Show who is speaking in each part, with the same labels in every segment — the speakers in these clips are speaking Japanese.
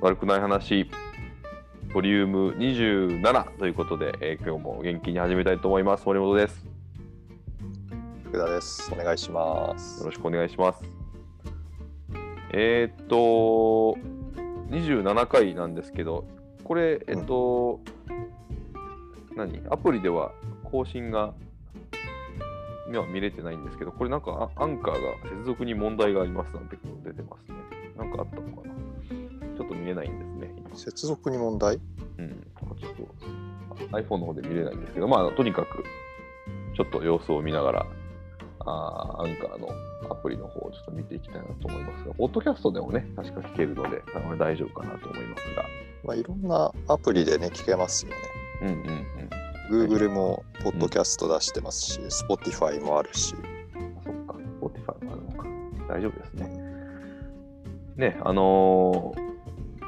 Speaker 1: 悪くない話ボリューム27ということで、えー今日も元気に始めたいと思います森本です
Speaker 2: 福田です。お願いします
Speaker 1: よ。ろしくお願いしますえー、っと27回なんですけどこれえっと、何アプリでは更新が今は見れてないんですけどこれなんかアアンカーが接続に問題がありますなんてこと出てますねなんかあったのかなちょっと見えないんですね今
Speaker 2: 接続に問題
Speaker 1: うん、ちょっと iPhone の方で見れないんですけど、まあ、とにかく、ちょっと様子を見ながら、あーアンカーのアプリの方をちょっと見ていきたいなと思いますが、ポッドキャストでもね、確か聞けるので、あの大丈夫かなと思いますが、
Speaker 2: まあ、いろんなアプリでね、聞けますよね。
Speaker 1: うんうんうん、
Speaker 2: Google も、ポッドキャスト出してますし、Spotify もあるし。
Speaker 1: そっか、Spotify もあるのか。大丈夫ですね。ね、あのー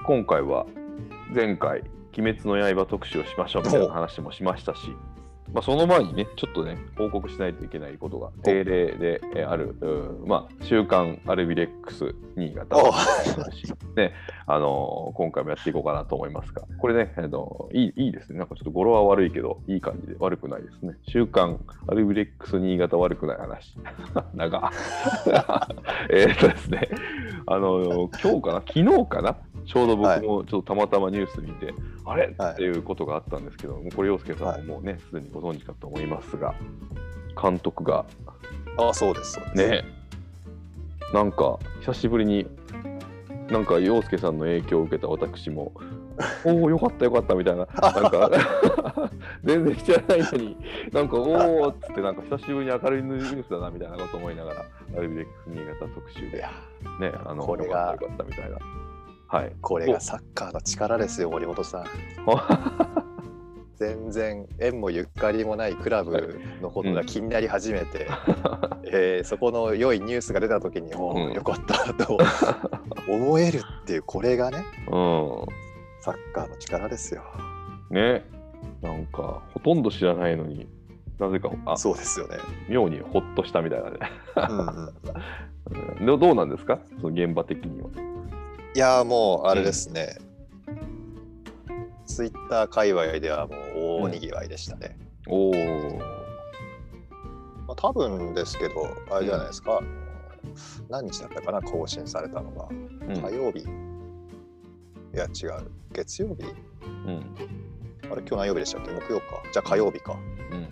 Speaker 1: 今回は前回、鬼滅の刃特集をしましょうみたいな話もしましたし、まあ、その前にね、ちょっとね、報告しないといけないことが、定例でえーある、うんまあ、週刊アルビレックス新潟
Speaker 2: おう
Speaker 1: ね、あのー今回もやっていこうかなと思いますが、これね、あのーいいいいですね、なんかちょっと語呂は悪いけど、いい感じで悪くないですね。週刊アルビレックス新潟悪くない話。 長。えーっとですね、あのー今日かな、昨日かな、ちょうど僕もちょっとたまたまニュース見て、あれ、
Speaker 2: はい
Speaker 1: っていうことがあったんですけど、もうこれ、洋介さんももうね、すでにご存知かと思いますが、監督が
Speaker 2: ああ、そうです。そうです。
Speaker 1: ねなんか久しぶりになんか陽介さんの影響を受けた私 もおおよかったよかったみたいななんか全然知らないのになんかおおっつってなんか久しぶりに明るいニュースだなみたいなこと思いながらアルビレックス新潟特集
Speaker 2: い
Speaker 1: で
Speaker 2: や、
Speaker 1: ねあの
Speaker 2: これが
Speaker 1: よかったよかったみたいなはい
Speaker 2: これがサッカーの力ですよ、森本さん。 全然縁もゆかりもないクラブのことが気になり始め て、えーそこの良いニュースが出た時に、お
Speaker 1: うん
Speaker 2: お、よかった と思えるっていう、これがね、
Speaker 1: お
Speaker 2: サッカーの力ですよ。
Speaker 1: うんねなんかほとんど知らないのになぜかあ
Speaker 2: そうですよね。
Speaker 1: 妙にほっとしたみたいなね
Speaker 2: うんうん
Speaker 1: うんどどうなんですかその現場的には。
Speaker 2: いやーもうあれですね、ツイッター界隈ではもう大にぎわいでしたね、
Speaker 1: おお。
Speaker 2: まあ、多分ですけどあれじゃないですか、何日だったかな更新されたのが
Speaker 1: うん
Speaker 2: 火曜日、いや違う月曜日
Speaker 1: うん
Speaker 2: あれ今日何曜日でしたっけ木曜かじゃあ火曜日か
Speaker 1: うん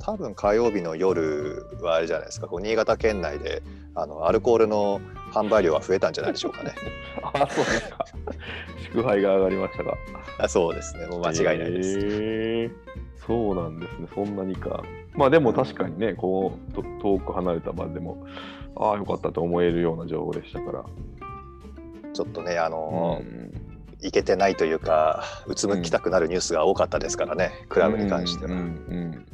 Speaker 2: 多分火曜日の夜はあれじゃないですかこう新潟県内であのアルコールの販売量は増えたんじゃないでしょうか ね
Speaker 1: あ、そうですか。祝杯が上がりましたが。
Speaker 2: あそうですねもう間違いないです、
Speaker 1: へーそうなんですね、そんなにか。まあでも確かにね、こうと遠く離れた場でも、ああ、よかったと思えるような情報でしたから。
Speaker 2: ちょっとねあのー
Speaker 1: ん、
Speaker 2: いけてないというかうつむきたくなるニュースが多かったですからね、ク
Speaker 1: ク
Speaker 2: ラブに関しては、
Speaker 1: うんうん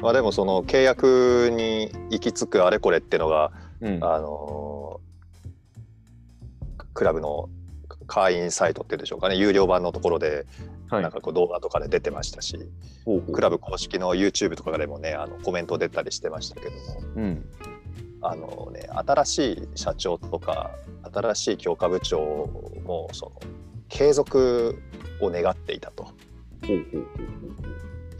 Speaker 2: まあ、でもその契約に行き着くあれこれってのが、
Speaker 1: うんうん
Speaker 2: あのークラブの会員サイトっていうんでしょうかね有料版のところで
Speaker 1: はい
Speaker 2: なんかこう動画とかで出てましたし、
Speaker 1: ほうほう
Speaker 2: クラブ公式の YouTube とかでもねあのコメント出たりしてましたけども
Speaker 1: うん
Speaker 2: あのね、新しい社長とか新しい強化部長もその継続を願っていたと。
Speaker 1: ほうほう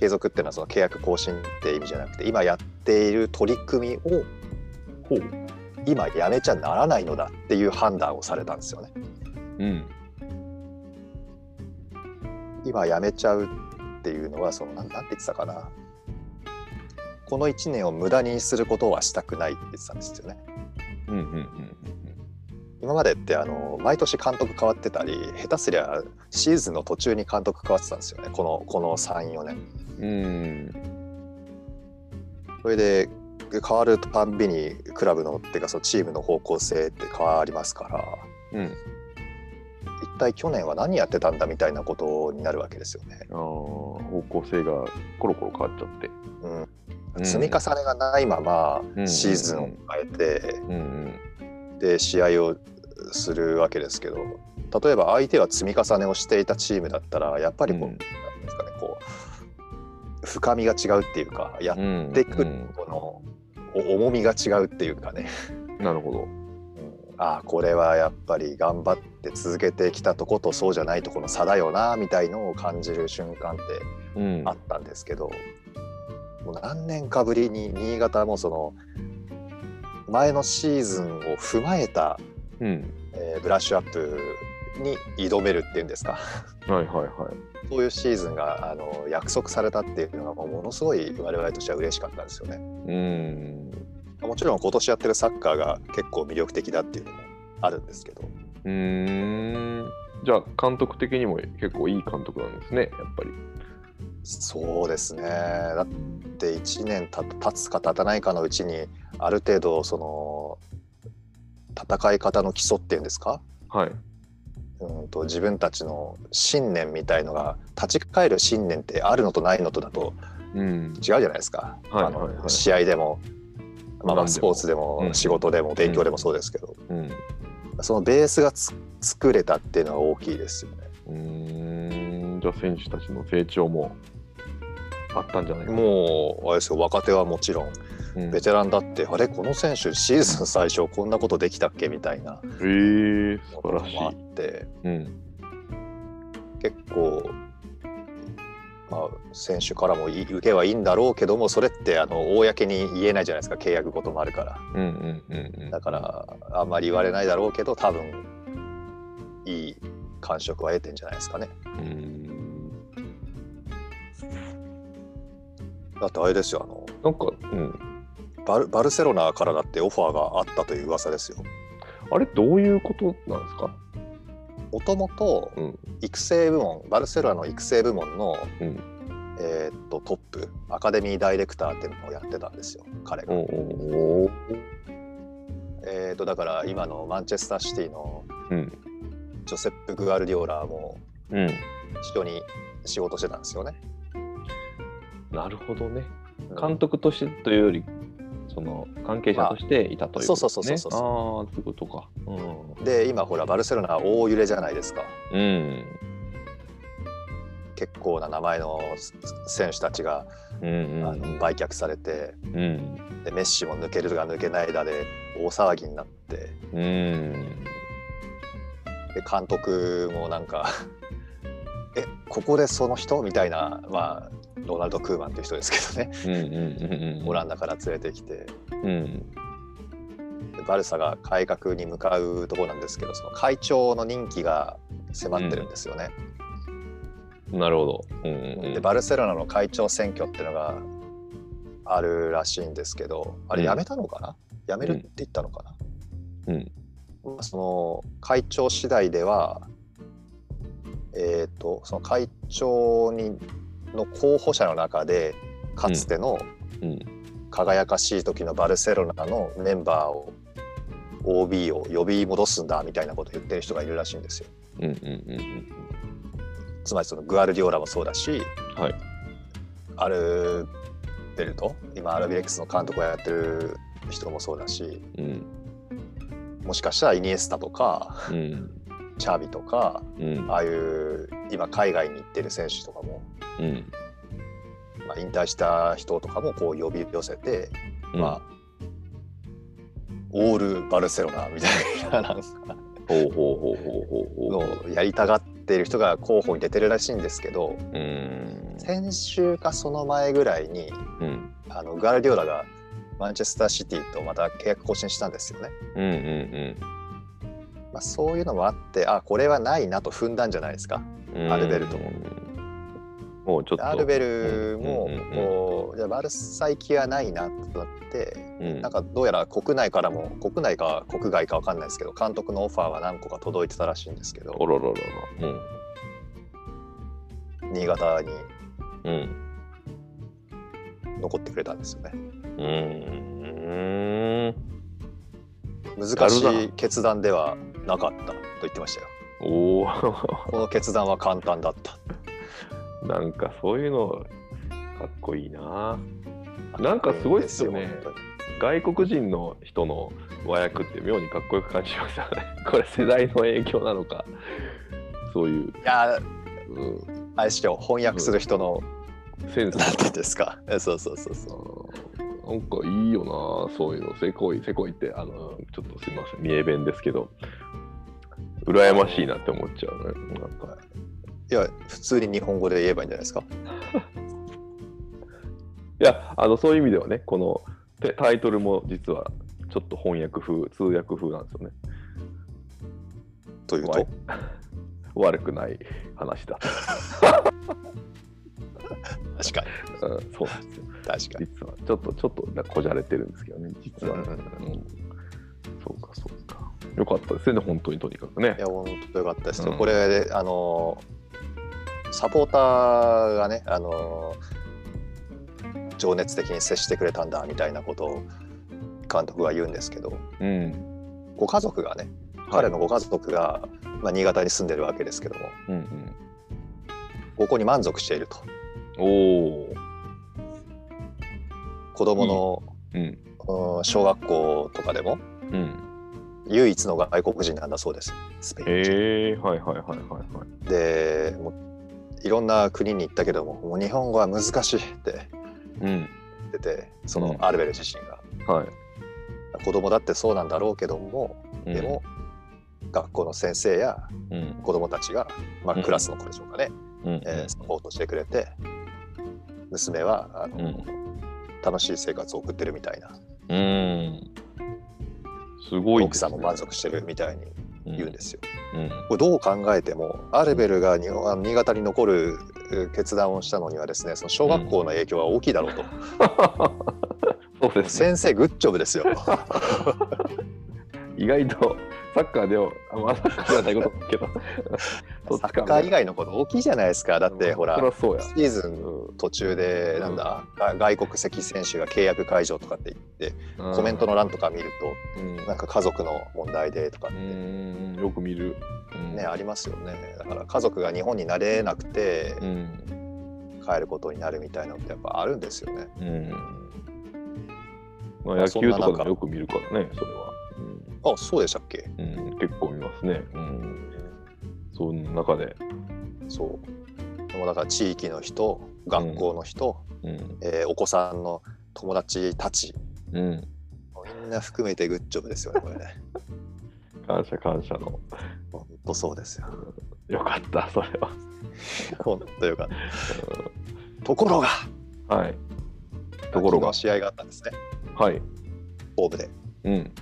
Speaker 2: 継続っていうのはその契約更新って意味じゃなくて今やっている取り組みを
Speaker 1: ほう。
Speaker 2: 今やめちゃならないのだっていう判断をされたんですよね。
Speaker 1: うん。
Speaker 2: 今やめちゃうっていうのはそのなんなんて言ってたかなこの1年を無駄にすることはしたくないって言ってたんですよね。
Speaker 1: うんうんうん
Speaker 2: 今までってあの毎年監督変わってたり下手すりゃシーズンの途中に監督変わってたんですよねこのこの34年。
Speaker 1: うんうん。
Speaker 2: それで変わるたんびにクラブのっていうかそのチームの方向性って変わりますから。
Speaker 1: うん。うん。
Speaker 2: 一体去年は何やってたんだみたいなことになるわけですよね。
Speaker 1: ああ、方向性がコロコロ変わっちゃって。
Speaker 2: う
Speaker 1: う
Speaker 2: ん
Speaker 1: ん
Speaker 2: 積み重ねがないま
Speaker 1: うん
Speaker 2: まシーズンを迎えて、
Speaker 1: うんうん。
Speaker 2: で試合をするわけですけど例えば相手は積み重ねをしていたチームだったらやっぱりこう,、
Speaker 1: うん
Speaker 2: なんですかね、こう深みが違うっていうかや
Speaker 1: うん
Speaker 2: ってく
Speaker 1: う
Speaker 2: る
Speaker 1: ん
Speaker 2: このお重みが違うっていうかね、
Speaker 1: なるほど。
Speaker 2: うんああこれはやっぱり頑張って続けてきたとことそうじゃないとこの差だよなみたいのを感じる瞬間って
Speaker 1: うん
Speaker 2: あったんですけど、もう何年かぶりに新潟もその前のシーズンを踏まえた、
Speaker 1: うん、
Speaker 2: えーブラッシュアップに挑めるっていうんですか
Speaker 1: はいはいはい。
Speaker 2: そういうシーズンがあの約束されたっていうのがもうものすごい我々としては嬉しかったんですよね。
Speaker 1: うん、
Speaker 2: もちろん今年やってるサッカーが結構魅力的だっていうのもあるんですけど
Speaker 1: うーん。じゃあ、監督的にも結構いい監督なんですね、やっぱり。
Speaker 2: そうですねだって1年た経つか経たないかのうちにある程度その戦い方の基礎っていうんですか
Speaker 1: はい。
Speaker 2: うんと自分たちの信念みたいのが立ち返る信念ってあるのとないのとだと
Speaker 1: うん
Speaker 2: 違う。じゃないですか、
Speaker 1: はいはい
Speaker 2: あ
Speaker 1: は
Speaker 2: の
Speaker 1: い
Speaker 2: 試合でも、ま
Speaker 1: 何で
Speaker 2: あま
Speaker 1: も
Speaker 2: あ、スポーツでも
Speaker 1: うん
Speaker 2: 仕事でも勉強でもそうですけど、
Speaker 1: うん。
Speaker 2: そのベースがつ作れたっていうのは大きいですよね。
Speaker 1: うーんじゃあ選手たちの成長もあったんじゃないかな
Speaker 2: もうあれですよ若手はもちろん
Speaker 1: うん
Speaker 2: ベテランだってあれこの選手シーズン最初こんなことできたっけみたいな
Speaker 1: えー、素晴
Speaker 2: こと
Speaker 1: らしい
Speaker 2: もあっ。て
Speaker 1: うん、
Speaker 2: 結構、まあ、選手からもい受けはいいんだろうけどもそれってあの公に言えないじゃないですか契約事もあるから
Speaker 1: うん、うん、うん
Speaker 2: だからあんまり言われないだろうけど多分いい感触は得てんじゃないですかね。
Speaker 1: うん。うん
Speaker 2: だってあれですよあの
Speaker 1: なんか、うん、
Speaker 2: バルバルセロナからだってオファーがあったという噂ですよ。
Speaker 1: あれどういうことなんですか。
Speaker 2: もともと
Speaker 1: うん
Speaker 2: 育成部門バルセロナの育成部門の、
Speaker 1: うん
Speaker 2: えーっとトップアカデミーダイレクターっていうのをやってたんですよ彼が、
Speaker 1: おお
Speaker 2: えーっとだから今のマンチェスターシティの
Speaker 1: うん、
Speaker 2: ジョセップ・グアルディオラも
Speaker 1: うん、
Speaker 2: 一緒に仕事してたんですよね、
Speaker 1: なるほどね。
Speaker 2: うん
Speaker 1: 監督としてというより、その関係者としていたということ、ね
Speaker 2: まあそうそうそうそうそう
Speaker 1: ああー、そういうことか。うん、
Speaker 2: で今ほらバルセロナは大揺れじゃないですか
Speaker 1: うん、
Speaker 2: 結構な名前の選手たちが、
Speaker 1: う
Speaker 2: あの
Speaker 1: ん、
Speaker 2: 売却されて
Speaker 1: うん、
Speaker 2: でメッシも抜けるが抜けないだで大騒ぎになって
Speaker 1: うん、
Speaker 2: で監督もなんか えここでその人みたいなまあロナルド・クーマンっていう人ですけどね
Speaker 1: うん、うん、うん、うん、
Speaker 2: オランダから連れてきて
Speaker 1: うん、
Speaker 2: でバルサが改革に向かうところなんですけどその会長の任期が迫ってるんですよね、
Speaker 1: なるほど。うんうんうん
Speaker 2: でバルセロナの会長選挙っていうのがあるらしいんですけどあれ
Speaker 1: うん
Speaker 2: やめたのかな、やめるって言ったのかな、
Speaker 1: うん
Speaker 2: まあその会長次第ではえっ、とその会長にの候補者の中でかつての
Speaker 1: うん
Speaker 2: 輝かしい時のバルセロナのメンバーを OB を呼び戻すんだみたいなことを言ってる人がいるらしいんですよ。
Speaker 1: うんうんうん
Speaker 2: つまりそのグアルディオラもそうだし、
Speaker 1: はい
Speaker 2: アルベルト今アルビレックスの監督をやってる人もそうだし
Speaker 1: うんうん
Speaker 2: もしかしたらイニエスタとか
Speaker 1: うん
Speaker 2: チャビとか
Speaker 1: うん
Speaker 2: ああいう今海外に行ってる選手とかも、
Speaker 1: うん
Speaker 2: まあ、引退した人とかもこう呼び寄せて、まあオールバルセロナみたいななんか
Speaker 1: ほうほうほうほう
Speaker 2: の
Speaker 1: ほうほう
Speaker 2: をやりたがってる人が候補に出てるらしいんですけど
Speaker 1: うー
Speaker 2: 先週かその前ぐらいに
Speaker 1: んうん
Speaker 2: あのグアルディオラがマンチェスターシティとまた契約更新したんですよね。
Speaker 1: うんうん
Speaker 2: まあ、そういうのもあってあこれはないなと踏んだんじゃないですか。
Speaker 1: うん
Speaker 2: アルベルトも
Speaker 1: もうちょっと
Speaker 2: アルベルも
Speaker 1: うんうんうん
Speaker 2: こうじゃあバルサ行きはないなとなって、
Speaker 1: うん
Speaker 2: なんかどうやら国内からも国内か国外か分かんないですけど監督のオファーは何個か届いてたらしいんですけ
Speaker 1: お
Speaker 2: ど
Speaker 1: ろろろろ
Speaker 2: 新潟に
Speaker 1: うん
Speaker 2: 残ってくれたんですよね。
Speaker 1: うんうーん
Speaker 2: 難し
Speaker 1: やる
Speaker 2: い決断ではなかったと言ってましたよ。
Speaker 1: おお
Speaker 2: この決断は簡単だった。
Speaker 1: なんかそういうのかっこいいななんかすごいっすよね
Speaker 2: 本当に
Speaker 1: 外国人の人の和訳って妙にかっこよく感じましたねこれ世代の影響なのかそういう、
Speaker 2: いや
Speaker 1: うん、
Speaker 2: あれしよう翻訳する人の
Speaker 1: センス
Speaker 2: なんていうんですかそうそうそうそう
Speaker 1: なんかいいよな、そういうの。せこい、せこいって、あの、ちょっとすいません、三重弁ですけど、羨ましいなって思っちゃうね。なんか、
Speaker 2: いや普通に日本語で言えばいいんじゃないですか
Speaker 1: いや、あの、そういう意味ではね、このタタイトルも実は、ちょっと翻訳風、通訳風なんですよね。
Speaker 2: という
Speaker 1: は
Speaker 2: と
Speaker 1: い悪くない話だ。
Speaker 2: 確かに
Speaker 1: うん、そうなんですよ。
Speaker 2: 確かに
Speaker 1: 実は、ちょっと、ちょっとな、こじゃれてるんですけどね、実はね。
Speaker 2: うんうん
Speaker 1: うんそうか、そうか。よかったですね、本当にとにかくね
Speaker 2: い。や本当よかったですよ、
Speaker 1: うん
Speaker 2: これであのサポーターがねあの情熱的に接してくれたんだみたいなことを監督は言うんですけど
Speaker 1: うん。
Speaker 2: ご家族がね彼のご家族が、まあ、新潟に住んでるわけですけども
Speaker 1: うんうん。
Speaker 2: ここに満足していると
Speaker 1: おお。
Speaker 2: 子供の、
Speaker 1: うん。
Speaker 2: うん小学校とかでも
Speaker 1: うん。
Speaker 2: 唯一の外国人なんだそうですスペイン人。
Speaker 1: へえー、はいはいはいはいはい。
Speaker 2: でもういろんな国に行ったけどももう日本語は難しいって
Speaker 1: うん。
Speaker 2: 言っててそうの
Speaker 1: ん
Speaker 2: アルベル自身が、
Speaker 1: はい。
Speaker 2: 子供だってそうなんだろうけども
Speaker 1: うん
Speaker 2: で、も、学校の先生や
Speaker 1: うん。
Speaker 2: 子供たちが、ま
Speaker 1: う
Speaker 2: あ、
Speaker 1: ん
Speaker 2: クラスの子でしょうかね、
Speaker 1: うん。
Speaker 2: えーサポートしてくれて娘はあの、
Speaker 1: う
Speaker 2: 楽しい生活を送ってるみたいな
Speaker 1: うん。すごいで
Speaker 2: 奥
Speaker 1: す
Speaker 2: さ
Speaker 1: ね、。
Speaker 2: んも満足してるみたいに言うんですすよ。
Speaker 1: うん。
Speaker 2: これどう考えてもアルベルが日本あの新潟に残るえー決断をしたのにはですねその小学校の影響は大きいだろうと、
Speaker 1: そうですね。
Speaker 2: 先生グッジョブで すよ
Speaker 1: 意外とサッカーでは、あまあ、サッカーじゃないことだけど、そっ
Speaker 2: サ
Speaker 1: ちか
Speaker 2: ッ
Speaker 1: も
Speaker 2: カー以外のこと大きいじゃないですかだってほら
Speaker 1: そりゃそうや。
Speaker 2: シーズ
Speaker 1: う
Speaker 2: ン
Speaker 1: ん
Speaker 2: 途中でなんだ、が外国籍選手が契約解除とかって言ってコメントの欄とか見る
Speaker 1: うん
Speaker 2: となんか家族の問題でとかっ
Speaker 1: う
Speaker 2: てね、
Speaker 1: んよく見る。うん、
Speaker 2: ありますよねだから家族が日本になれなくて
Speaker 1: うん。
Speaker 2: 帰ることになるみたいなのってやっぱあるんですよね。
Speaker 1: うん。まあ、
Speaker 2: ま
Speaker 1: 野
Speaker 2: あそんな
Speaker 1: 球とかで
Speaker 2: 中
Speaker 1: もよく見るからね、それは。うん
Speaker 2: あそうでしたっけ
Speaker 1: うん、結構見ますね。うん、その中で、
Speaker 2: そうでもだから地域の人学校の人、
Speaker 1: うん、
Speaker 2: えーお子さんの友達たち
Speaker 1: うん、
Speaker 2: みんな含めてグッジョブですよねこれね。
Speaker 1: 感謝感謝の、
Speaker 2: 本当そうですよ。
Speaker 1: よかった、 それは。
Speaker 2: 本当よかった。ところが
Speaker 1: うんはい、ところが
Speaker 2: 昨日試合があったんですね
Speaker 1: はい、
Speaker 2: ホームで。
Speaker 1: うん、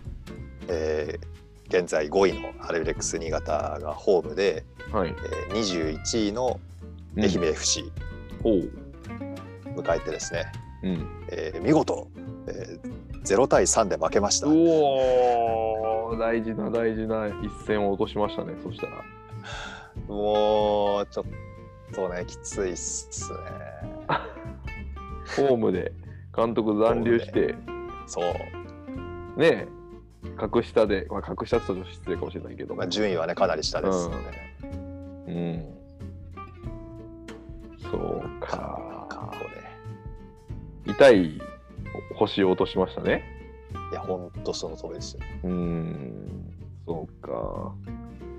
Speaker 2: えー現在5位のアルビレックス新潟がホームで、
Speaker 1: はい
Speaker 2: え。ー21位の
Speaker 1: うん
Speaker 2: 愛媛 FC
Speaker 1: おう、
Speaker 2: 迎えてですね、
Speaker 1: うん。
Speaker 2: えー見事、えー0対3で負けました。
Speaker 1: おお、大事な大事な一戦を落としましたね、そしたら。
Speaker 2: もうちょっとねきついっすね。
Speaker 1: ホームで監督残留 して、
Speaker 2: そう、
Speaker 1: ねえ、格下で、まあ、格下って言うと失礼かもしれないけど、
Speaker 2: まあ、順位はねかなり下ですよね。
Speaker 1: うん。そう
Speaker 2: 過
Speaker 1: か
Speaker 2: 去。で
Speaker 1: 痛い星を落としましたね。
Speaker 2: いや本当その通りですよ。
Speaker 1: うーん、そう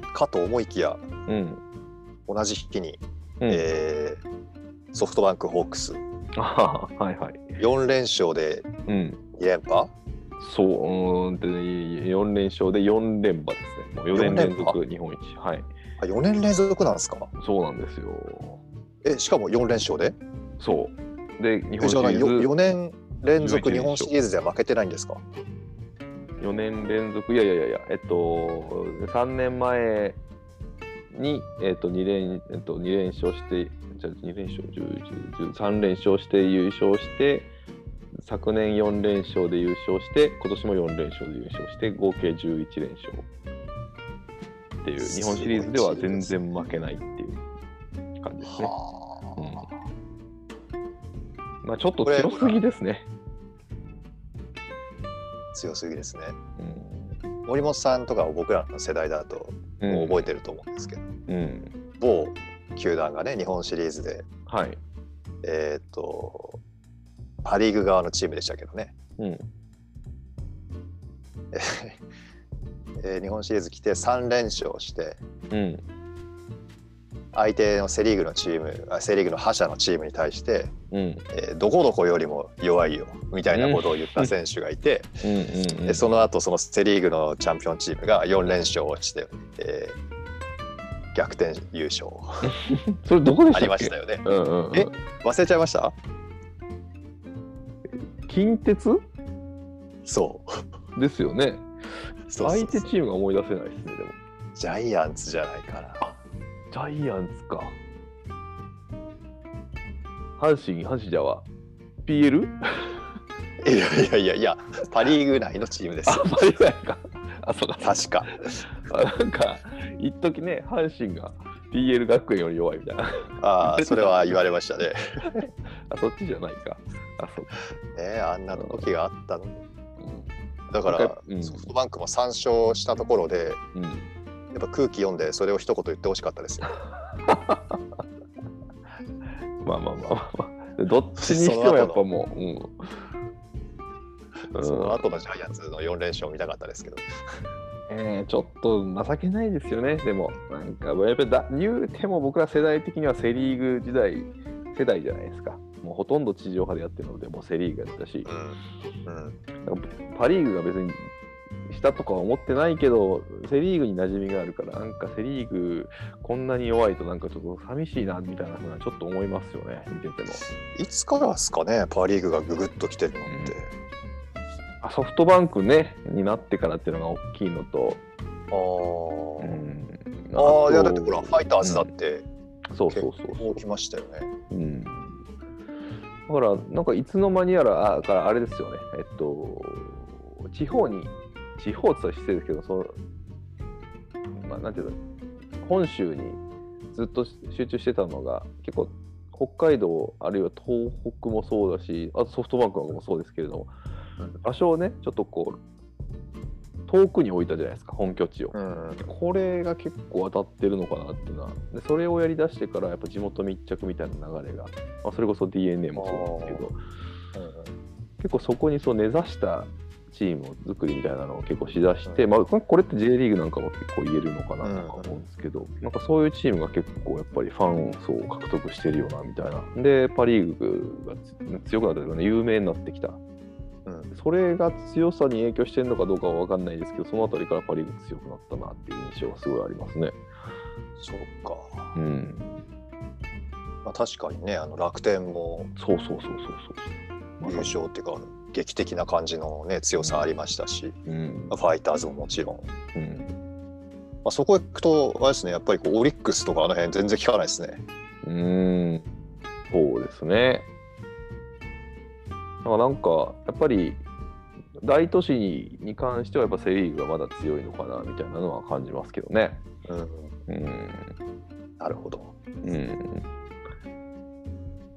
Speaker 1: か。
Speaker 2: かと思いきや
Speaker 1: うん。
Speaker 2: 同じ日に、
Speaker 1: うん
Speaker 2: えーソフトバンクホークス
Speaker 1: ああ、はいはい。
Speaker 2: 4連勝で
Speaker 1: うん。
Speaker 2: 2連覇
Speaker 1: そう、うーんで、4連勝で4連覇ですね。もう4年連続日本一。はい。
Speaker 2: あ4年連続なんですか
Speaker 1: そうなんですよ。
Speaker 2: えしかも4連勝で
Speaker 1: そう。で、日
Speaker 2: え
Speaker 1: 本シ
Speaker 2: じゃあ
Speaker 1: リーズ
Speaker 2: 4年連続
Speaker 1: 11
Speaker 2: 日本シリーズでは負けてないんですか
Speaker 1: 4年連続、いやいやいやいや、えっと、3年前に、えっと、2連、えっと、二連勝して、じゃ2連勝、3連勝して優勝して、昨年4連勝で優勝して、今年も4連勝で優勝して、合計11連勝っていう、日本シリーズでは全然負けないっていう感じですね。
Speaker 2: は
Speaker 1: うんまあ、ちょっと強すぎですね。
Speaker 2: あ強すぎですね
Speaker 1: うん
Speaker 2: 森本さんとかは僕らの世代だともう覚えてると思うんですけど、
Speaker 1: うん。
Speaker 2: 某球団がね日本シリーズで
Speaker 1: はい。
Speaker 2: えっ、とパ・リーグ側のチームでしたけどね、
Speaker 1: うん
Speaker 2: えーえー日本シリーズ来て3連勝して
Speaker 1: うん。
Speaker 2: 相手のセ・リーグのチームあセ・リーグの覇者のチームに対して、
Speaker 1: うん
Speaker 2: えーどこどこよりも弱いよみたいなことを言った選手がいて、
Speaker 1: うんうんうん
Speaker 2: でその後そのセ・リーグのチャンピオンチームが4連勝して、えー逆転優 勝
Speaker 1: それどこで
Speaker 2: あ
Speaker 1: した
Speaker 2: り
Speaker 1: っ
Speaker 2: ま
Speaker 1: け
Speaker 2: したよね
Speaker 1: うんうんうん
Speaker 2: え忘れちゃいました
Speaker 1: 近鉄
Speaker 2: そう
Speaker 1: ですよね
Speaker 2: そうそう
Speaker 1: 相手チームが思い出せないですねでも
Speaker 2: ジャイアンツじゃないかな
Speaker 1: ジャイアンツか阪神阪神じゃわ PL?
Speaker 2: いやいやいやいやパ・リーグ内のチームです
Speaker 1: あ
Speaker 2: よ
Speaker 1: パリーグやかあそうか
Speaker 2: 確か
Speaker 1: あなんか一時ね阪神が PL 学園より弱いみたいな
Speaker 2: ああそれは言われましたね
Speaker 1: あそっちじゃないかあそうか
Speaker 2: ねあんな時があったのだか、
Speaker 1: なんからうん
Speaker 2: ソフトバンクも3勝したところで
Speaker 1: うん、うん
Speaker 2: やっぱ空気読んでそれを一言言ってほしかったですよ
Speaker 1: まあまあまあまあまあ。どっちにしてもやっぱもう、うん。
Speaker 2: その
Speaker 1: うん
Speaker 2: 後のジャイアンツの4連勝見たかったですけど
Speaker 1: えーちょっと情けないですよね、でも、なんか、やっぱりだ言うても僕ら世代的にはセ・リーグ時代、世代じゃないですか、もうほとんど地上波でやってるので、もうセ・リーグやったし、
Speaker 2: うん、うん、
Speaker 1: なんかパ・リーグが別にしたとかは思ってないけど、セ・リーグに馴染みがあるから、なんかセ・リーグ、こんなに弱いと、なんかちょっと寂しいなみたいなふうな、ちょっと思いますよね、見てても。
Speaker 2: いつからですかねパ・リーグがググッと来てるのって、
Speaker 1: あソフトバンクね、になってからっていうのが大きいのと、
Speaker 2: あ
Speaker 1: うん、
Speaker 2: ー、ああい
Speaker 1: と
Speaker 2: やだってほらファイターズだって
Speaker 1: そう
Speaker 2: 結
Speaker 1: そう
Speaker 2: 構
Speaker 1: そうそう
Speaker 2: 来ましたよね
Speaker 1: うん、だからなんかいつの間にやらあだからあれですよねえっと地方に地方って言ったら失礼ですけどその、まあ、なんていうの本州にずっと集中してたのが結構北海道あるいは東北もそうだしあとソフトバンクなんかもそうですけれども場所をねちょっとこう遠くに置いたじゃないですか本拠地を。
Speaker 2: うん
Speaker 1: これが結構当たってるのかなっていうのはでそれをやりだしてからやっぱ地元密着みたいな流れが、まあ、それこそ d n a もそうですけど結構そこにそう根ざしたチーム作りみたいなのを結構しだして、まあ、これこれって J リーグなんかも結構言えるのかなとか思うんですけど、なんかそういうチームが結構やっぱりファン層を獲得してるよなみたいなでパ・リーグがつ強くなったというかね有名になってきた
Speaker 2: うん
Speaker 1: それが強さに影響してるのかどうかは分かんないですけどそのあたりからパ・リーグ強くなったなっていう印象がすごいありますね。
Speaker 2: そうか、
Speaker 1: うん
Speaker 2: まあ、確かにねあの楽天も
Speaker 1: そうそうそうそうそう。
Speaker 2: 優勝っていうか劇的な感じのね強さありましたし、
Speaker 1: うん
Speaker 2: まあ。ファイターズももちろん、ま
Speaker 1: うん。
Speaker 2: あ、そこ行くとあれですねやっぱりこうオリックスとかあの辺全然聞かないですね
Speaker 1: うん。そうですね。だからなんか、やっぱり、大都市にに関しては、やっぱセ・リーグがまだ強いのかなみたいなのは感じますけどね。
Speaker 2: うん
Speaker 1: うん。
Speaker 2: なるほど
Speaker 1: うん。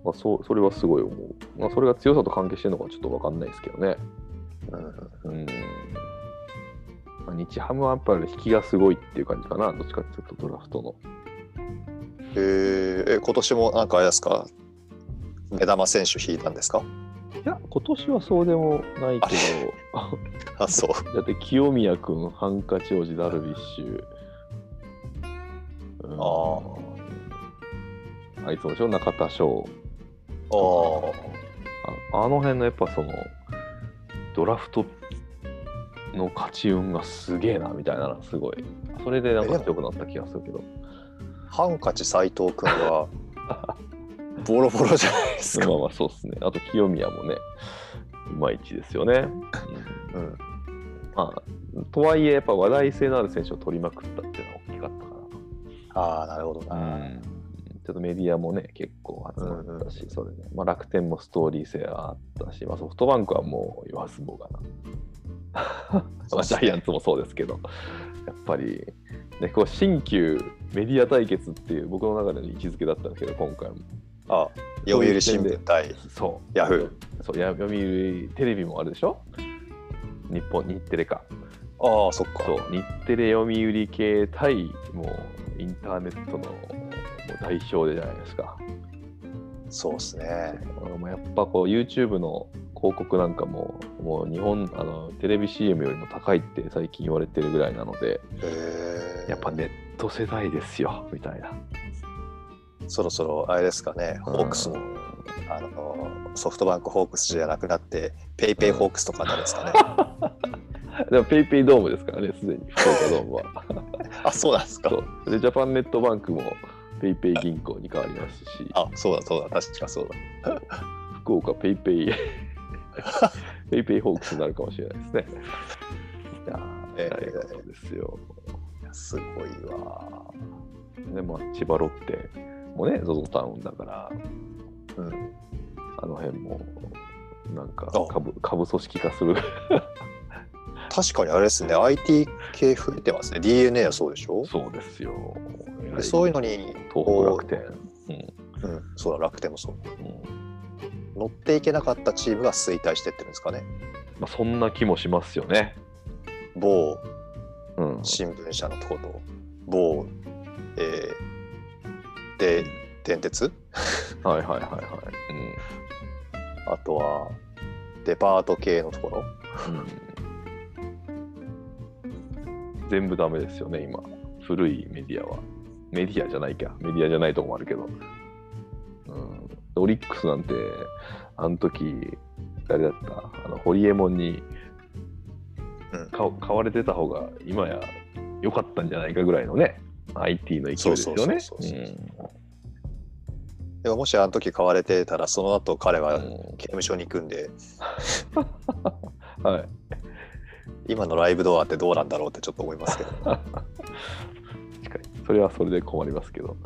Speaker 1: まあ、そうそれはすごい思う。まあ、それが強さと関係してるのかはちょっと分かんないですけどね。
Speaker 2: うん
Speaker 1: うん。まあ、日ハムはやっぱり引きがすごいっていう感じかな、どっちかっていうとドラフトの。
Speaker 2: えーえ今年もなんかあれですか目玉選手引いたんですか
Speaker 1: いや、今年はそうでもないけど、
Speaker 2: あそう
Speaker 1: だって清宮君、ハンカチ王子、ダルビッシュ。うんあいつもでしょ、中田翔。
Speaker 2: あ
Speaker 1: ああの辺のやっぱその、ドラフトの勝ち運がすげえなみたいなのすごい。それでなんか強くなった気がするけど。
Speaker 2: あハンカチ斎藤君はボロボロじゃないですか
Speaker 1: まあまあそうですね。あと清宮もね、いまいちですよね。
Speaker 2: う
Speaker 1: うんんまあ、とはいえ、やっぱ話題性のある選手を取りまくったっていうのは大きかったかなと。
Speaker 2: ああなるほど
Speaker 1: う
Speaker 2: な、
Speaker 1: んちょっとメディアもね、結構集まったし、それねまあ、楽天もストーリー性はあったし、まあ、ソフトバンクはもう言わずもがな。まあ、ジャイアンツもそうですけど、やっぱり、ね、こう新旧メディア対決っていう僕の中での位置づけだったんですけど、今回も。
Speaker 2: あ読売新聞対
Speaker 1: そう。
Speaker 2: ヤフ
Speaker 1: そうや読売テレビもあるでしょ日本、日テレか。
Speaker 2: ああそっか
Speaker 1: そう、日テレ読売系対、もうインターネットのもう代表でじゃないですか。
Speaker 2: そうですね
Speaker 1: もうやっぱこう YouTube の広告なんかももう日本あのテレビ CM よりも高いって最近言われてるぐらいなので
Speaker 2: へえ
Speaker 1: やっぱネット世代ですよみたいな
Speaker 2: そろそろあれですかね、ホークスも、あのソフトバンクホークスじゃなくなって、ペイペイホークスとかなんですかね。
Speaker 1: でもペイペイドームですからね、すでに福岡ドームは。
Speaker 2: あ、そうなんですか
Speaker 1: そ。うでジャパンネットバンクもペイペイ銀行に変わりますし、
Speaker 2: あ、そうだそうだ、確かそうだ。
Speaker 1: 福岡ペイペ イペイペイホークスになるかもしれないですね。いやー、
Speaker 2: え
Speaker 1: 大
Speaker 2: え
Speaker 1: 変そうですよ。
Speaker 2: すごいわ。
Speaker 1: で、まあ、千葉ロッテもね、ZOZO タウンだから、
Speaker 2: うん、
Speaker 1: あの辺も、なんか
Speaker 2: あ
Speaker 1: 株株組織化する。
Speaker 2: 確かにあれですね、IT 系増えてますね。DNA はそうでしょ
Speaker 1: そうですよ。
Speaker 2: でそういうのに、
Speaker 1: 東北
Speaker 2: こ
Speaker 1: 楽天、
Speaker 2: う、うん、そうだ、楽天もそう。
Speaker 1: うん
Speaker 2: 乗っていけなかったチームが衰退してってるんですかね。
Speaker 1: まあ、そんな気もしますよね。
Speaker 2: 某
Speaker 1: うん、
Speaker 2: 新聞社のとこと、某、えーで、電鉄
Speaker 1: はいはいはいはい。うん
Speaker 2: あとは、デパート系のところ。
Speaker 1: 全部ダメですよね、今。古いメディアは。メディアじゃないか。メディアじゃないとこもあるけど。うん、オリックスなんて、あの時、誰だったあの、ホリエモンに、
Speaker 2: うん
Speaker 1: か買われてた方が今や良かったんじゃないかぐらいのね、IT の勢いですよね。
Speaker 2: そうそうそうそうでももしあの時買われてたら、その後彼は刑務所に行くんで、
Speaker 1: うんはい。
Speaker 2: 今のライブドアってどうなんだろうってちょっと思い ますけど。
Speaker 1: 確かにそれはそれで困りますけど、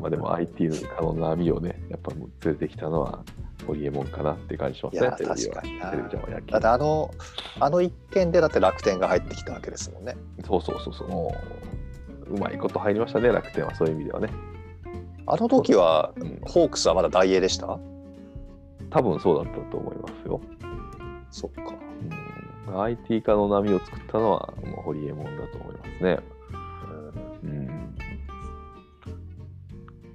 Speaker 1: まあ、でも IT の可能な波をねやっぱもう連れてきたのはホリエモンかなって感じしますね
Speaker 2: いやー
Speaker 1: テレビは
Speaker 2: 確かにな
Speaker 1: テレビじゃもう野球
Speaker 2: だってあの、あの一点でだって楽天が入ってきたわけですもんね。
Speaker 1: そうそうそうそうもううまいこと入りましたね楽天はそういう意味ではね、
Speaker 2: あの時は、
Speaker 1: うん、
Speaker 2: ホークスはまだ大英でした
Speaker 1: 多分そうだったと思いますよ、
Speaker 2: そっか。
Speaker 1: うん、IT 化の波を作ったのはもうホリエモンだと思いますね
Speaker 2: うん
Speaker 1: うん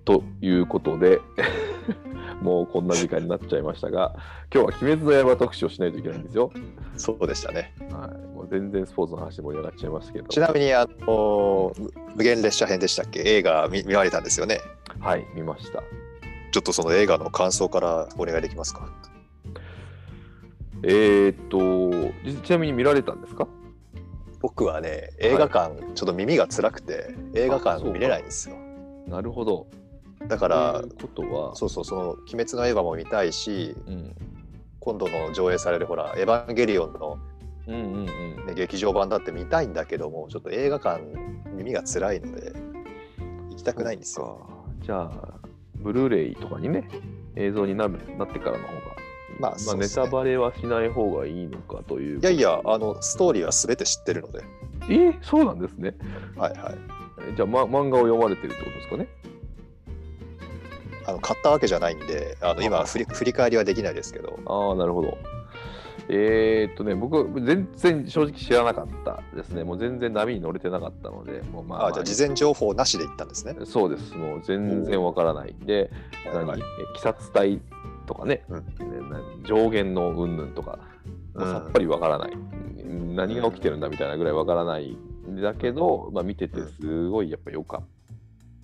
Speaker 1: ということで もうこんな時間になっちゃいましたが今日は「鬼滅の刃」特集をしないといけないんですよ。
Speaker 2: そうでしたね。
Speaker 1: はい、もう全然スポーツの話で盛り上がっちゃいましたけど、
Speaker 2: ちなみに、あの、無無限列車編でしたっけ映画見見られたんですよね。
Speaker 1: はい、見ました。
Speaker 2: ちょっとその映画の感想からお願いできますか。
Speaker 1: えー、っとじちなみに見られたんですか
Speaker 2: 僕はね、映画館、ちょっと耳が辛くて、映画
Speaker 1: あ
Speaker 2: 館
Speaker 1: そうか
Speaker 2: 見れないんですよ。
Speaker 1: なるほど。
Speaker 2: だから
Speaker 1: とい、うことは、
Speaker 2: そうそう、その、鬼滅の刃も見たいし、
Speaker 1: うん、
Speaker 2: 今度の上映される、ほら、エヴァンゲリオンの
Speaker 1: うんうんうん
Speaker 2: ね、劇場版だって見たいんだけどもちょっと映画館耳が辛いので行きたくないんですよ。
Speaker 1: そうかじゃあ、ブルーレイとかにね、映像になるなってからの方が、
Speaker 2: まあそう
Speaker 1: ネ
Speaker 2: ですね
Speaker 1: タバレはしない方がいいのかという。
Speaker 2: いやいやあのストーリーは全て知ってるので、
Speaker 1: えそうなんですね。
Speaker 2: はいはい、
Speaker 1: えじゃあ、ま、漫画を読まれてるってことですかね。
Speaker 2: あの買ったわけじゃないんであの今は振り振り返りはできないですけど
Speaker 1: ああ、なるほど。えーっとね、僕、全然正直知らなかったですね。もう全然波に乗れてなかったので、もうまあ、
Speaker 2: あじゃあ事前情報なしで行ったんですね。
Speaker 1: そうです。もう全然わからない。で、
Speaker 2: はい
Speaker 1: 何、
Speaker 2: はい
Speaker 1: え鬼殺隊とかね、
Speaker 2: うん
Speaker 1: ねな上限の云々とか、もうさっぱりわからない、うん何が起きてるんだみたいなぐらいわからないんだけど、まあ、見ててすごいやっぱ良かっ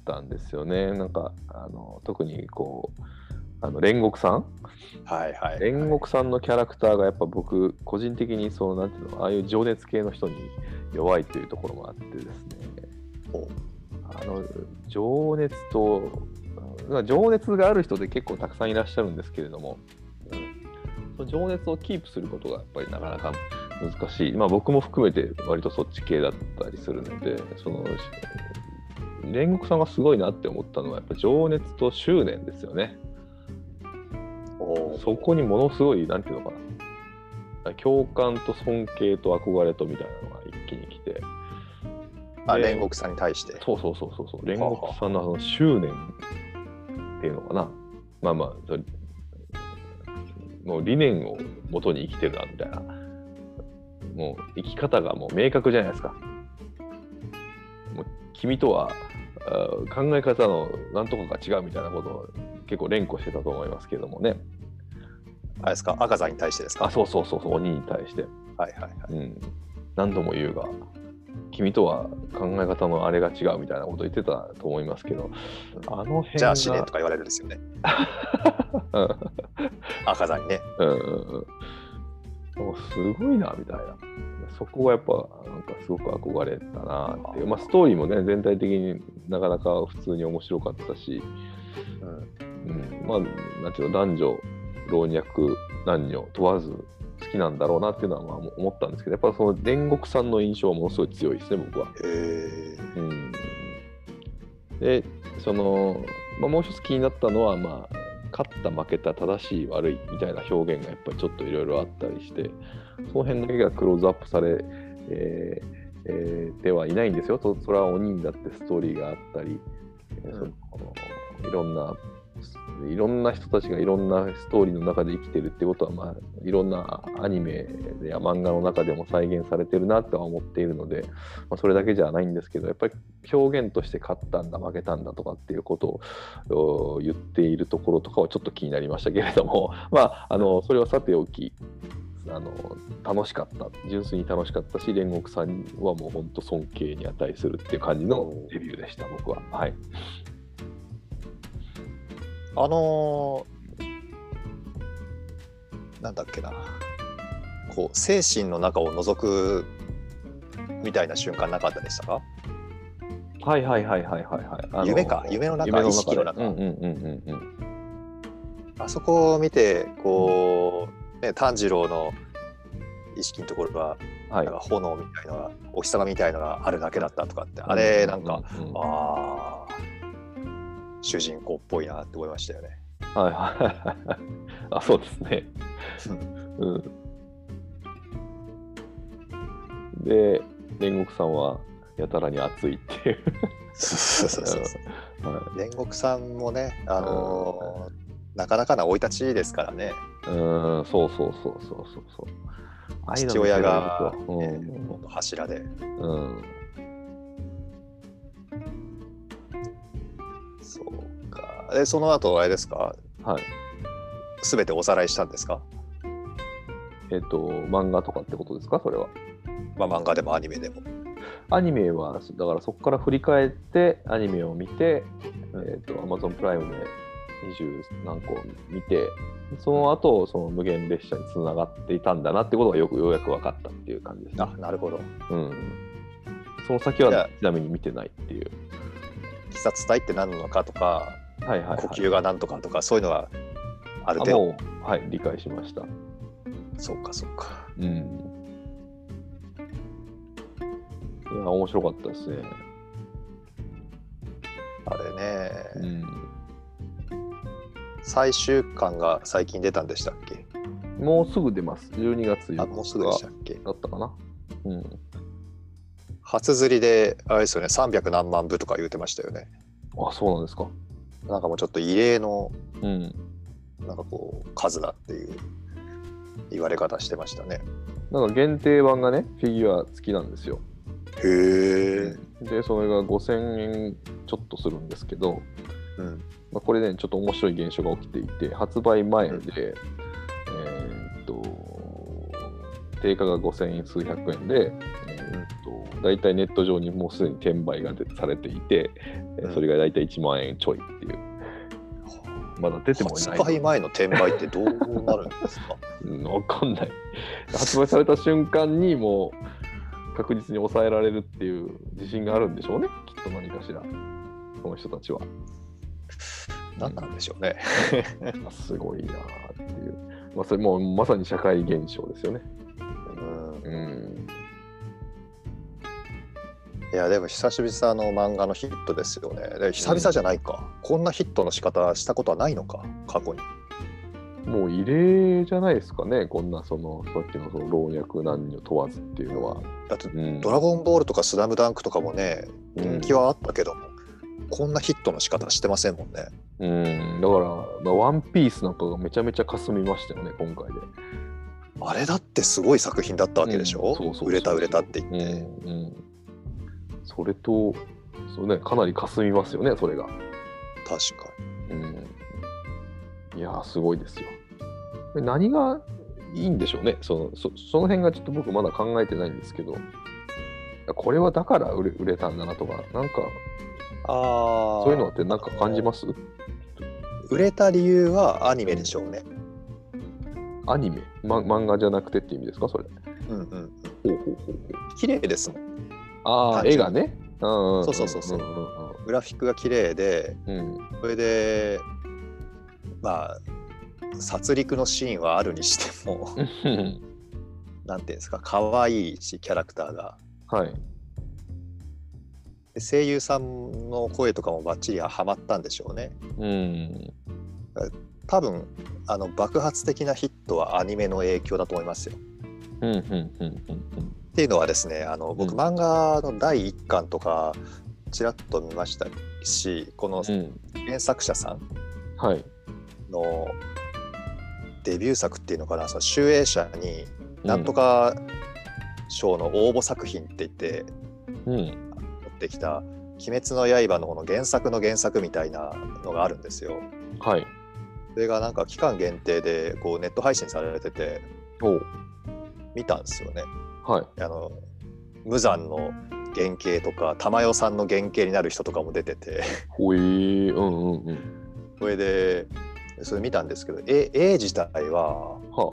Speaker 1: たんですよね。なんかあの特にこうあの煉獄さん
Speaker 2: はいはい、
Speaker 1: 煉獄さんのキャラクターがやっぱ僕個人的にそのなんていうのああいう情熱系の人に弱いというところもあってですね
Speaker 2: ほう
Speaker 1: あの情熱とうん情熱がある人で結構たくさんいらっしゃるんですけれども、その情熱をキープすることがやっぱりなかなか難しい、まあ、僕も含めて割とそっち系だったりするのでその煉獄さんがすごいなって思ったのはやっぱ情熱と執念ですよね。
Speaker 2: おー
Speaker 1: そこにものすごい、なんていうのかな、共感と尊敬と憧れとみたいなのが一気に来て、
Speaker 2: あ
Speaker 1: で
Speaker 2: 煉獄さんに対して。
Speaker 1: そうそうそうそうそう、煉獄さんのあの執念っていうのかな、まあまあ、それもう理念をもとに生きてるなみたいな、もう生き方がもう明確じゃないですか。もう君とはあー考え方のなんとかが違うみたいなことを結構連呼してたと思いますけどもね。
Speaker 2: あれですか赤座に対してですか
Speaker 1: あ、そうそうそうそう、鬼に対して。
Speaker 2: はいはいはい。
Speaker 1: うん、何度も言うが君とは考え方のあれが違うみたいなこと言ってたと思いますけど、あの辺が。
Speaker 2: じゃあ死ねとか言われるんですよね。赤座にね。
Speaker 1: うんうんうんもうすごいなみたいなそこがやっぱなんかすごく憧れたなっていう、まあ、ストーリーもね全体的になかなか普通に面白かったし、
Speaker 2: うん
Speaker 1: うん、まあなんていうの男女老若男女問わず好きなんだろうなっていうのはまあ思ったんですけどやっぱその煉獄さんの印象はものすごい強いですね僕は。
Speaker 2: へえ。
Speaker 1: うん、でその、まあ、もう一つ気になったのは、まあ、勝った負けた正しい悪いみたいな表現がやっぱりちょっといろいろあったりしてその辺だけがクローズアップされ、えーえーではいないんですよとそれは鬼にだってストーリーがあったり、えーそのいろんないろんな人たちがいろんなストーリーの中で生きてるってことは、まあ、いろんなアニメや漫画の中でも再現されてるなとは思っているので、まあ、それだけじゃないんですけどやっぱり表現として勝ったんだ負けたんだとかっていうことをお言っているところとかはちょっと気になりましたけれども まああのそれはさておきあの楽しかった純粋に楽しかったし煉獄さんはもう本当尊敬に値するっていう感じのデビューでした僕は。はい、
Speaker 2: あのーなんだっけな。こう精神の中を覗くみたいな瞬間なかったでしたか？
Speaker 1: はいはいはいはいはいはいあの。
Speaker 2: 夢か夢の中
Speaker 1: 夢の
Speaker 2: 意識の
Speaker 1: 中
Speaker 2: 中
Speaker 1: で。うんうんうんうんうん。
Speaker 2: あそこを見てこう、ね、炭治郎の意識のところが
Speaker 1: はい
Speaker 2: なんか。炎みたいのがお日様みたいのがあるだけだったとかってあれなんか、
Speaker 1: うううん
Speaker 2: あー主人公っぽいなって思いましたよね。
Speaker 1: はいはいはい。あ、そうですね。うん。で、煉獄さんはやたらに熱いっていう。
Speaker 2: そうそうそうそう
Speaker 1: は
Speaker 2: 煉獄さんもね、あのーなかなかな生い立ちですからね。
Speaker 1: い、うん、そうそうそうそうそうそう。愛の
Speaker 2: 父親が、
Speaker 1: 見せられる
Speaker 2: ね本当柱で
Speaker 1: とうん。うん
Speaker 2: そうかでその後あれですか
Speaker 1: はい。
Speaker 2: 全ておさらいしたんですか、
Speaker 1: えっ、と、漫画とかってことですか、それは。
Speaker 2: まあ、漫画でもアニメでも。
Speaker 1: アニメは、だからそこから振り返って、アニメを見て、えっ、と、Amazon プライムで20何個見て、その後、その無限列車につながっていたんだなってことがよくようやく分かったっていう感じですね
Speaker 2: あ。なるほど。
Speaker 1: うん。その先
Speaker 2: じゃ
Speaker 1: は
Speaker 2: あ
Speaker 1: ちなみに見てないっていう。
Speaker 2: 鬼殺隊って何なのかとか
Speaker 1: はいはい、はい。
Speaker 2: 呼吸が何とかとかそういうのはある
Speaker 1: あ
Speaker 2: 程度
Speaker 1: もう、はい、理解しました。
Speaker 2: そうかそうか
Speaker 1: うん。いや、面白かったですね。
Speaker 2: あれね、
Speaker 1: うん。
Speaker 2: 最終巻が最近出たんでしたっけ
Speaker 1: もうすぐ出ます。12月4日
Speaker 2: あもうすぐでしたっけ
Speaker 1: だったかな。うん。
Speaker 2: 初釣りであれですよね300何万部とか言うてましたよね
Speaker 1: あ、そうなんですか。
Speaker 2: なんかもうちょっと異例の
Speaker 1: うん。
Speaker 2: なんかこう数だっていう言われ方してましたね
Speaker 1: なんか限定版がね、フィギュア付きなんですよ。
Speaker 2: へえ、
Speaker 1: で、それが5000円ちょっとするんですけど、
Speaker 2: うん、
Speaker 1: まあ、これね、ちょっと面白い現象が起きていて、発売前で、
Speaker 2: うん
Speaker 1: えーっと、定価が5000円数百円で、えーっと、大体ネット上にもうすでに転売が出されていて、えー
Speaker 2: うん
Speaker 1: それが大体1万円ちょいっていう、まだ出てもい
Speaker 2: 発
Speaker 1: ない。
Speaker 2: 売前の転売ってどうなるんで すか
Speaker 1: うん、わかんない。発売された瞬間にもう確実に抑えられるっていう自信があるんでしょうね、きっと何かしら、この人たちは。
Speaker 2: 何なんでしょうね
Speaker 1: すごいなあっていう、まあ、それもうまさに社会現象ですよね。
Speaker 2: うん
Speaker 1: うん、
Speaker 2: いやでも久しぶりさあの漫画のヒットですよね。で久々じゃないか、こんなヒットの仕方したことはないのか過去に。
Speaker 1: もう異例じゃないですかね、こんなそのさっきのその老若男女問わずっていうのは。
Speaker 2: だって
Speaker 1: うん
Speaker 2: 「ドラゴンボール」とか「スラムダンクとかもね人気はあったけども、こんなヒットの仕方してませんもんね。
Speaker 1: うん、だから、まあ、ワンピースなんかがめちゃめちゃかすみましたよね、今回で。
Speaker 2: あれだってすごい作品だったわけでしょ、
Speaker 1: うんそうそうそうそう
Speaker 2: 売れた売れたって言って、
Speaker 1: うんうん、それとそう、ね、かなりかすみますよね、それが。
Speaker 2: 確かに。
Speaker 1: うん、いやーすごいですよ。で何がいいんでしょうねそのそ、その辺がちょっと僕まだ考えてないんですけど、これはだから売れ売れたんだなとか、なんか
Speaker 2: ああ
Speaker 1: そういうのってなんか感じます
Speaker 2: 売れた理由はアニメでしょうね。
Speaker 1: アニメ、ま、漫画じゃなくてって意味ですかそれ。
Speaker 2: うんうん。
Speaker 1: ほうほうほう
Speaker 2: 綺麗ですもん。
Speaker 1: ああ、
Speaker 2: 単
Speaker 1: 絵
Speaker 2: 純
Speaker 1: がね。うんん
Speaker 2: そうそうそうそうんグラフィックが綺麗で、
Speaker 1: うんうん。うん
Speaker 2: それでまあ殺戮のシーンはあるにしてもなんていうんですか可愛いしキャラクターが
Speaker 1: はい。
Speaker 2: で声優さんの声とかもバッチリはまったんでしょうね
Speaker 1: うん。
Speaker 2: 多分あの爆発的なヒットはアニメの影響だと思いますよ
Speaker 1: うんうんうんうん
Speaker 2: っていうのはですねあの僕
Speaker 1: うん
Speaker 2: 漫画の第1巻とかちらっと見ましたしこの
Speaker 1: うん。うん。
Speaker 2: 原作者さん
Speaker 1: はい。
Speaker 2: のデビュー作っていうのかなその集英社になんとか賞の応募作品って言って
Speaker 1: うん。
Speaker 2: 持ってきた「鬼滅の刃」のこの原作の原作みたいなのがあるんですよ。
Speaker 1: はい。
Speaker 2: それがなんか期間限定でこうネット配信されてて
Speaker 1: おう
Speaker 2: 見たんですよね。
Speaker 1: はい。
Speaker 2: あの無惨の原型とか玉代さんの原型になる人とかも出てて
Speaker 1: ほえー。うんうんうん。
Speaker 2: それでそれ見たんですけど絵絵自体は
Speaker 1: は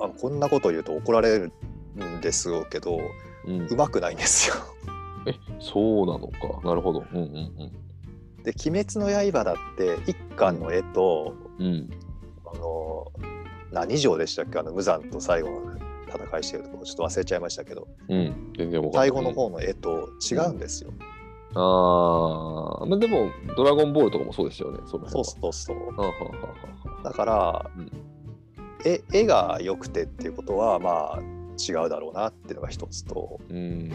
Speaker 2: あこんなこと言うと怒られるんですけど
Speaker 1: あ。うん
Speaker 2: う。まくないんですよ。
Speaker 1: え、そうなのか。なるほど。うんうん
Speaker 2: で「鬼滅の刃」だって一巻の絵と
Speaker 1: うん。うん。
Speaker 2: あの何城でしたっけあの無惨と最後の戦いしてるとこちょっと忘れちゃいましたけど
Speaker 1: うん。全然わかんない
Speaker 2: 最後の。方の絵と違うんですよ。
Speaker 1: ああ。まあでも、ドラゴンボールとかもそうですよね。その
Speaker 2: そ
Speaker 1: 辺は
Speaker 2: うそうそう。
Speaker 1: はあはあはあはあ
Speaker 2: だから、
Speaker 1: うん
Speaker 2: 絵絵が良くてっていうことはまあ違うだろうなっていうのが一つと
Speaker 1: うん。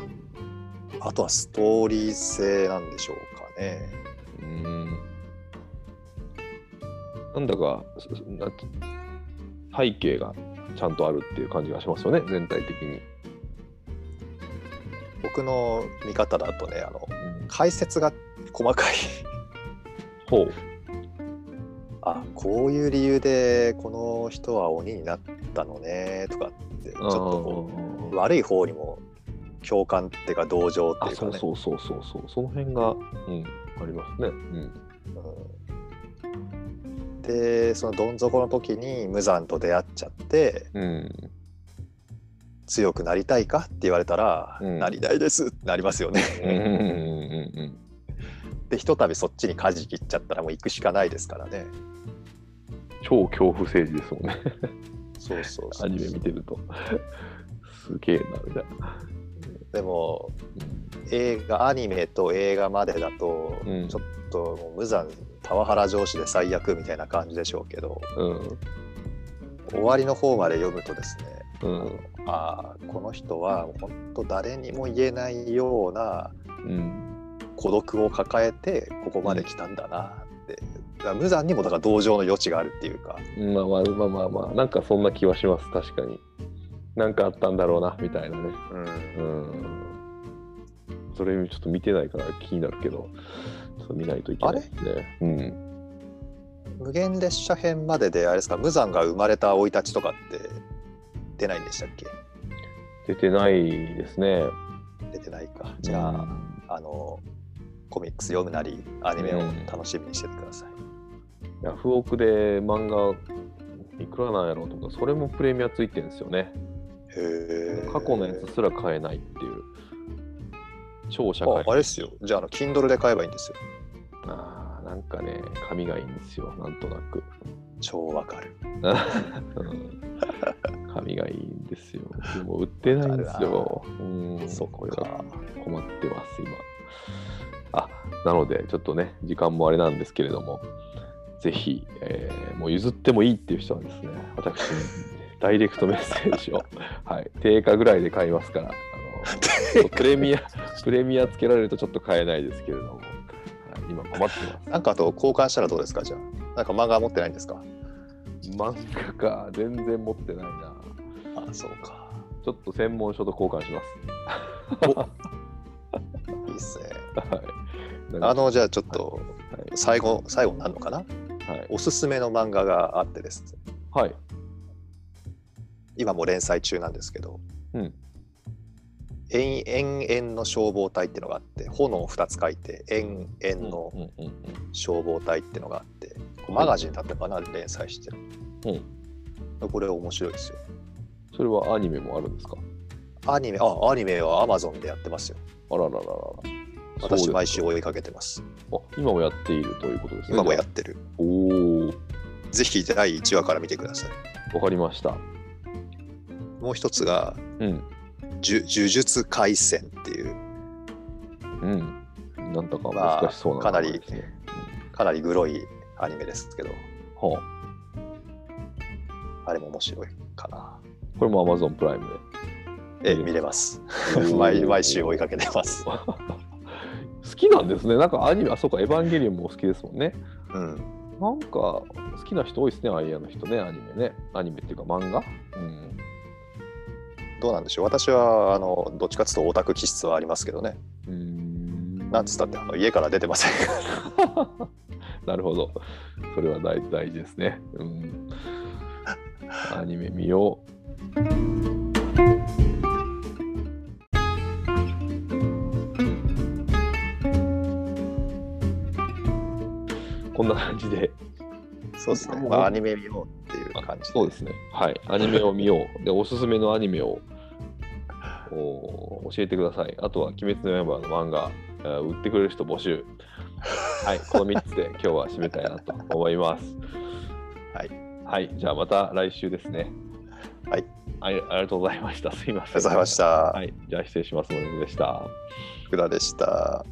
Speaker 2: あとはストーリー性なんでしょうかね。
Speaker 1: うん。なんだか、すすなんて背景がちゃんとあるっていう感じがしますよね、全体的に。
Speaker 2: 僕の見方だとねあの解説が細かい
Speaker 1: ほう。
Speaker 2: あこういう理由でこの人は鬼になったのねとかってちょっとこう
Speaker 1: あー
Speaker 2: 悪い方にも共感っていうか同情って
Speaker 1: あ
Speaker 2: いうか
Speaker 1: そ
Speaker 2: ね
Speaker 1: うそうそうそうそう、その辺が、うん、ありますね。うん。
Speaker 2: うんでそのどん底の時に無惨と出会っちゃって
Speaker 1: うん、
Speaker 2: 強くなりたいかって言われたら、
Speaker 1: うん
Speaker 2: なりたいですってなりますよね。
Speaker 1: うん、うん、うん。
Speaker 2: でひとたびそっちに舵切っちゃったらもう行くしかないですからね。
Speaker 1: 超恐怖政治ですもんね、
Speaker 2: そうそうそ
Speaker 1: ア
Speaker 2: う
Speaker 1: ニメ見てると。 すげえな、みたいな。
Speaker 2: でも映画アニメと映画までだと、
Speaker 1: うん
Speaker 2: ちょっともう無惨パワハラ上司で最悪みたいな感じでしょうけど
Speaker 1: うん、
Speaker 2: 終わりの方まで読むとですね
Speaker 1: うん、
Speaker 2: ああこの人は本当誰にも言えないような
Speaker 1: うん。
Speaker 2: 孤独を抱えてここまで来たんだなって、だから無残にもだから同情の余地があるっていうか
Speaker 1: まあまあまあまあまあ、なんかそんな気はします、確かに。なんかあったんだろうな、みたいなね。
Speaker 2: うん、
Speaker 1: うん。それちょっと見てないから気になるけど、ちょっと見ないといけないですね。うん。
Speaker 2: 無限列車編までであれですか無残が生まれた生い立ちとかって出ないんでしたっけ
Speaker 1: 出てないですね。
Speaker 2: 出てないかじゃあ、
Speaker 1: うん
Speaker 2: あのコミックス読むなりアニメを楽しみにしててください、
Speaker 1: ヤフオクで漫画いくらなんやろうとか、それもプレミアついてるんですよね。
Speaker 2: へえ
Speaker 1: 過去のやつすら買えないっていう。超社
Speaker 2: あ
Speaker 1: 会。
Speaker 2: あれですよじゃああの Kindle で買えばいいんですよ
Speaker 1: あーなんかね、紙がいいんですよ、なんとなく。
Speaker 2: 超わかる
Speaker 1: うん紙がいいんですよ。でも売ってないんですよ。うん、
Speaker 2: そっ
Speaker 1: これが
Speaker 2: か
Speaker 1: 困ってます、今。あなので、ちょっとね、時間もあれなんですけれども、ぜひ、えーもう譲ってもいいっていう人はですね、私 にダイレクトメッセージを、はい、定価ぐらいで買いますから、あのプレミア、プレミアつけられるとちょっと買えないですけれども、はい今困ってます。
Speaker 2: なんかあと交換したらどうですかじゃあなんか漫画持ってないんですか
Speaker 1: 漫画か、全然持ってないな。
Speaker 2: あそうか
Speaker 1: ちょっと専門書と交換します。
Speaker 2: いいっすね
Speaker 1: はい。
Speaker 2: あのじゃあちょっと
Speaker 1: はい、
Speaker 2: 最後最後になるのかな
Speaker 1: はい。
Speaker 2: おすすめの漫画があってです
Speaker 1: はい。
Speaker 2: 今も連載中なんですけど
Speaker 1: うん。
Speaker 2: 遠遠縁の消防隊っていうのがあって炎2つ書いて遠縁の
Speaker 1: うんうんうん
Speaker 2: 消防隊っていうのがあってマガジンだったかな連載してる、これ面白いですよ
Speaker 1: それはアニメもあるんですか
Speaker 2: アニメあアニメは Amazon でやってますよ
Speaker 1: あらららららそうです
Speaker 2: 私
Speaker 1: か
Speaker 2: 毎週追いかけてます
Speaker 1: あ今もやっているということですね
Speaker 2: 今もやってる
Speaker 1: おおー
Speaker 2: ぜひ第1話から見てください
Speaker 1: わかりました
Speaker 2: もう一つが
Speaker 1: うん
Speaker 2: 呪呪術廻戦っていう
Speaker 1: うんなんだか難しそうな
Speaker 2: まあ
Speaker 1: 名前ですね、
Speaker 2: かなりグロいアニメですけど
Speaker 1: は
Speaker 2: あれも面白いかな
Speaker 1: あ、これも Amazon プライム
Speaker 2: ええ
Speaker 1: 見
Speaker 2: 見れます
Speaker 1: で
Speaker 2: 毎毎
Speaker 1: 週
Speaker 2: 週追いかけてます
Speaker 1: 好きなんですね。なんかアニメ、あ、そうか、エヴァンゲリオンもお好きですもんね。
Speaker 2: うん
Speaker 1: なんか好きな人多いですね、アイアの人ね、アニメね。アニメっていうか漫画うん。
Speaker 2: どうなんでしょう私はあのどっちかっていうとオタク気質はありますけどね
Speaker 1: うーん
Speaker 2: なんつったってあの家から出てません
Speaker 1: なるほど。それは大大事ですね。うん。アニメ見よう。こんな感じで
Speaker 2: そうですね、まあ、アニメ見ようっていう感じ
Speaker 1: そうですね。はい。アニメを見よう。で、おすすめのアニメをお教えてください。あとは、鬼滅の刃の漫画、えー売ってくれる人募集。はい。この3つで今日は締めたいなと思います。
Speaker 2: はい。
Speaker 1: はい。じゃあ、また来週ですね。
Speaker 2: はい
Speaker 1: はい。ありがとうございました。すいません。
Speaker 2: ありがとうございました、
Speaker 1: はい。じゃあ、失礼します。森本でした。
Speaker 2: 福田でした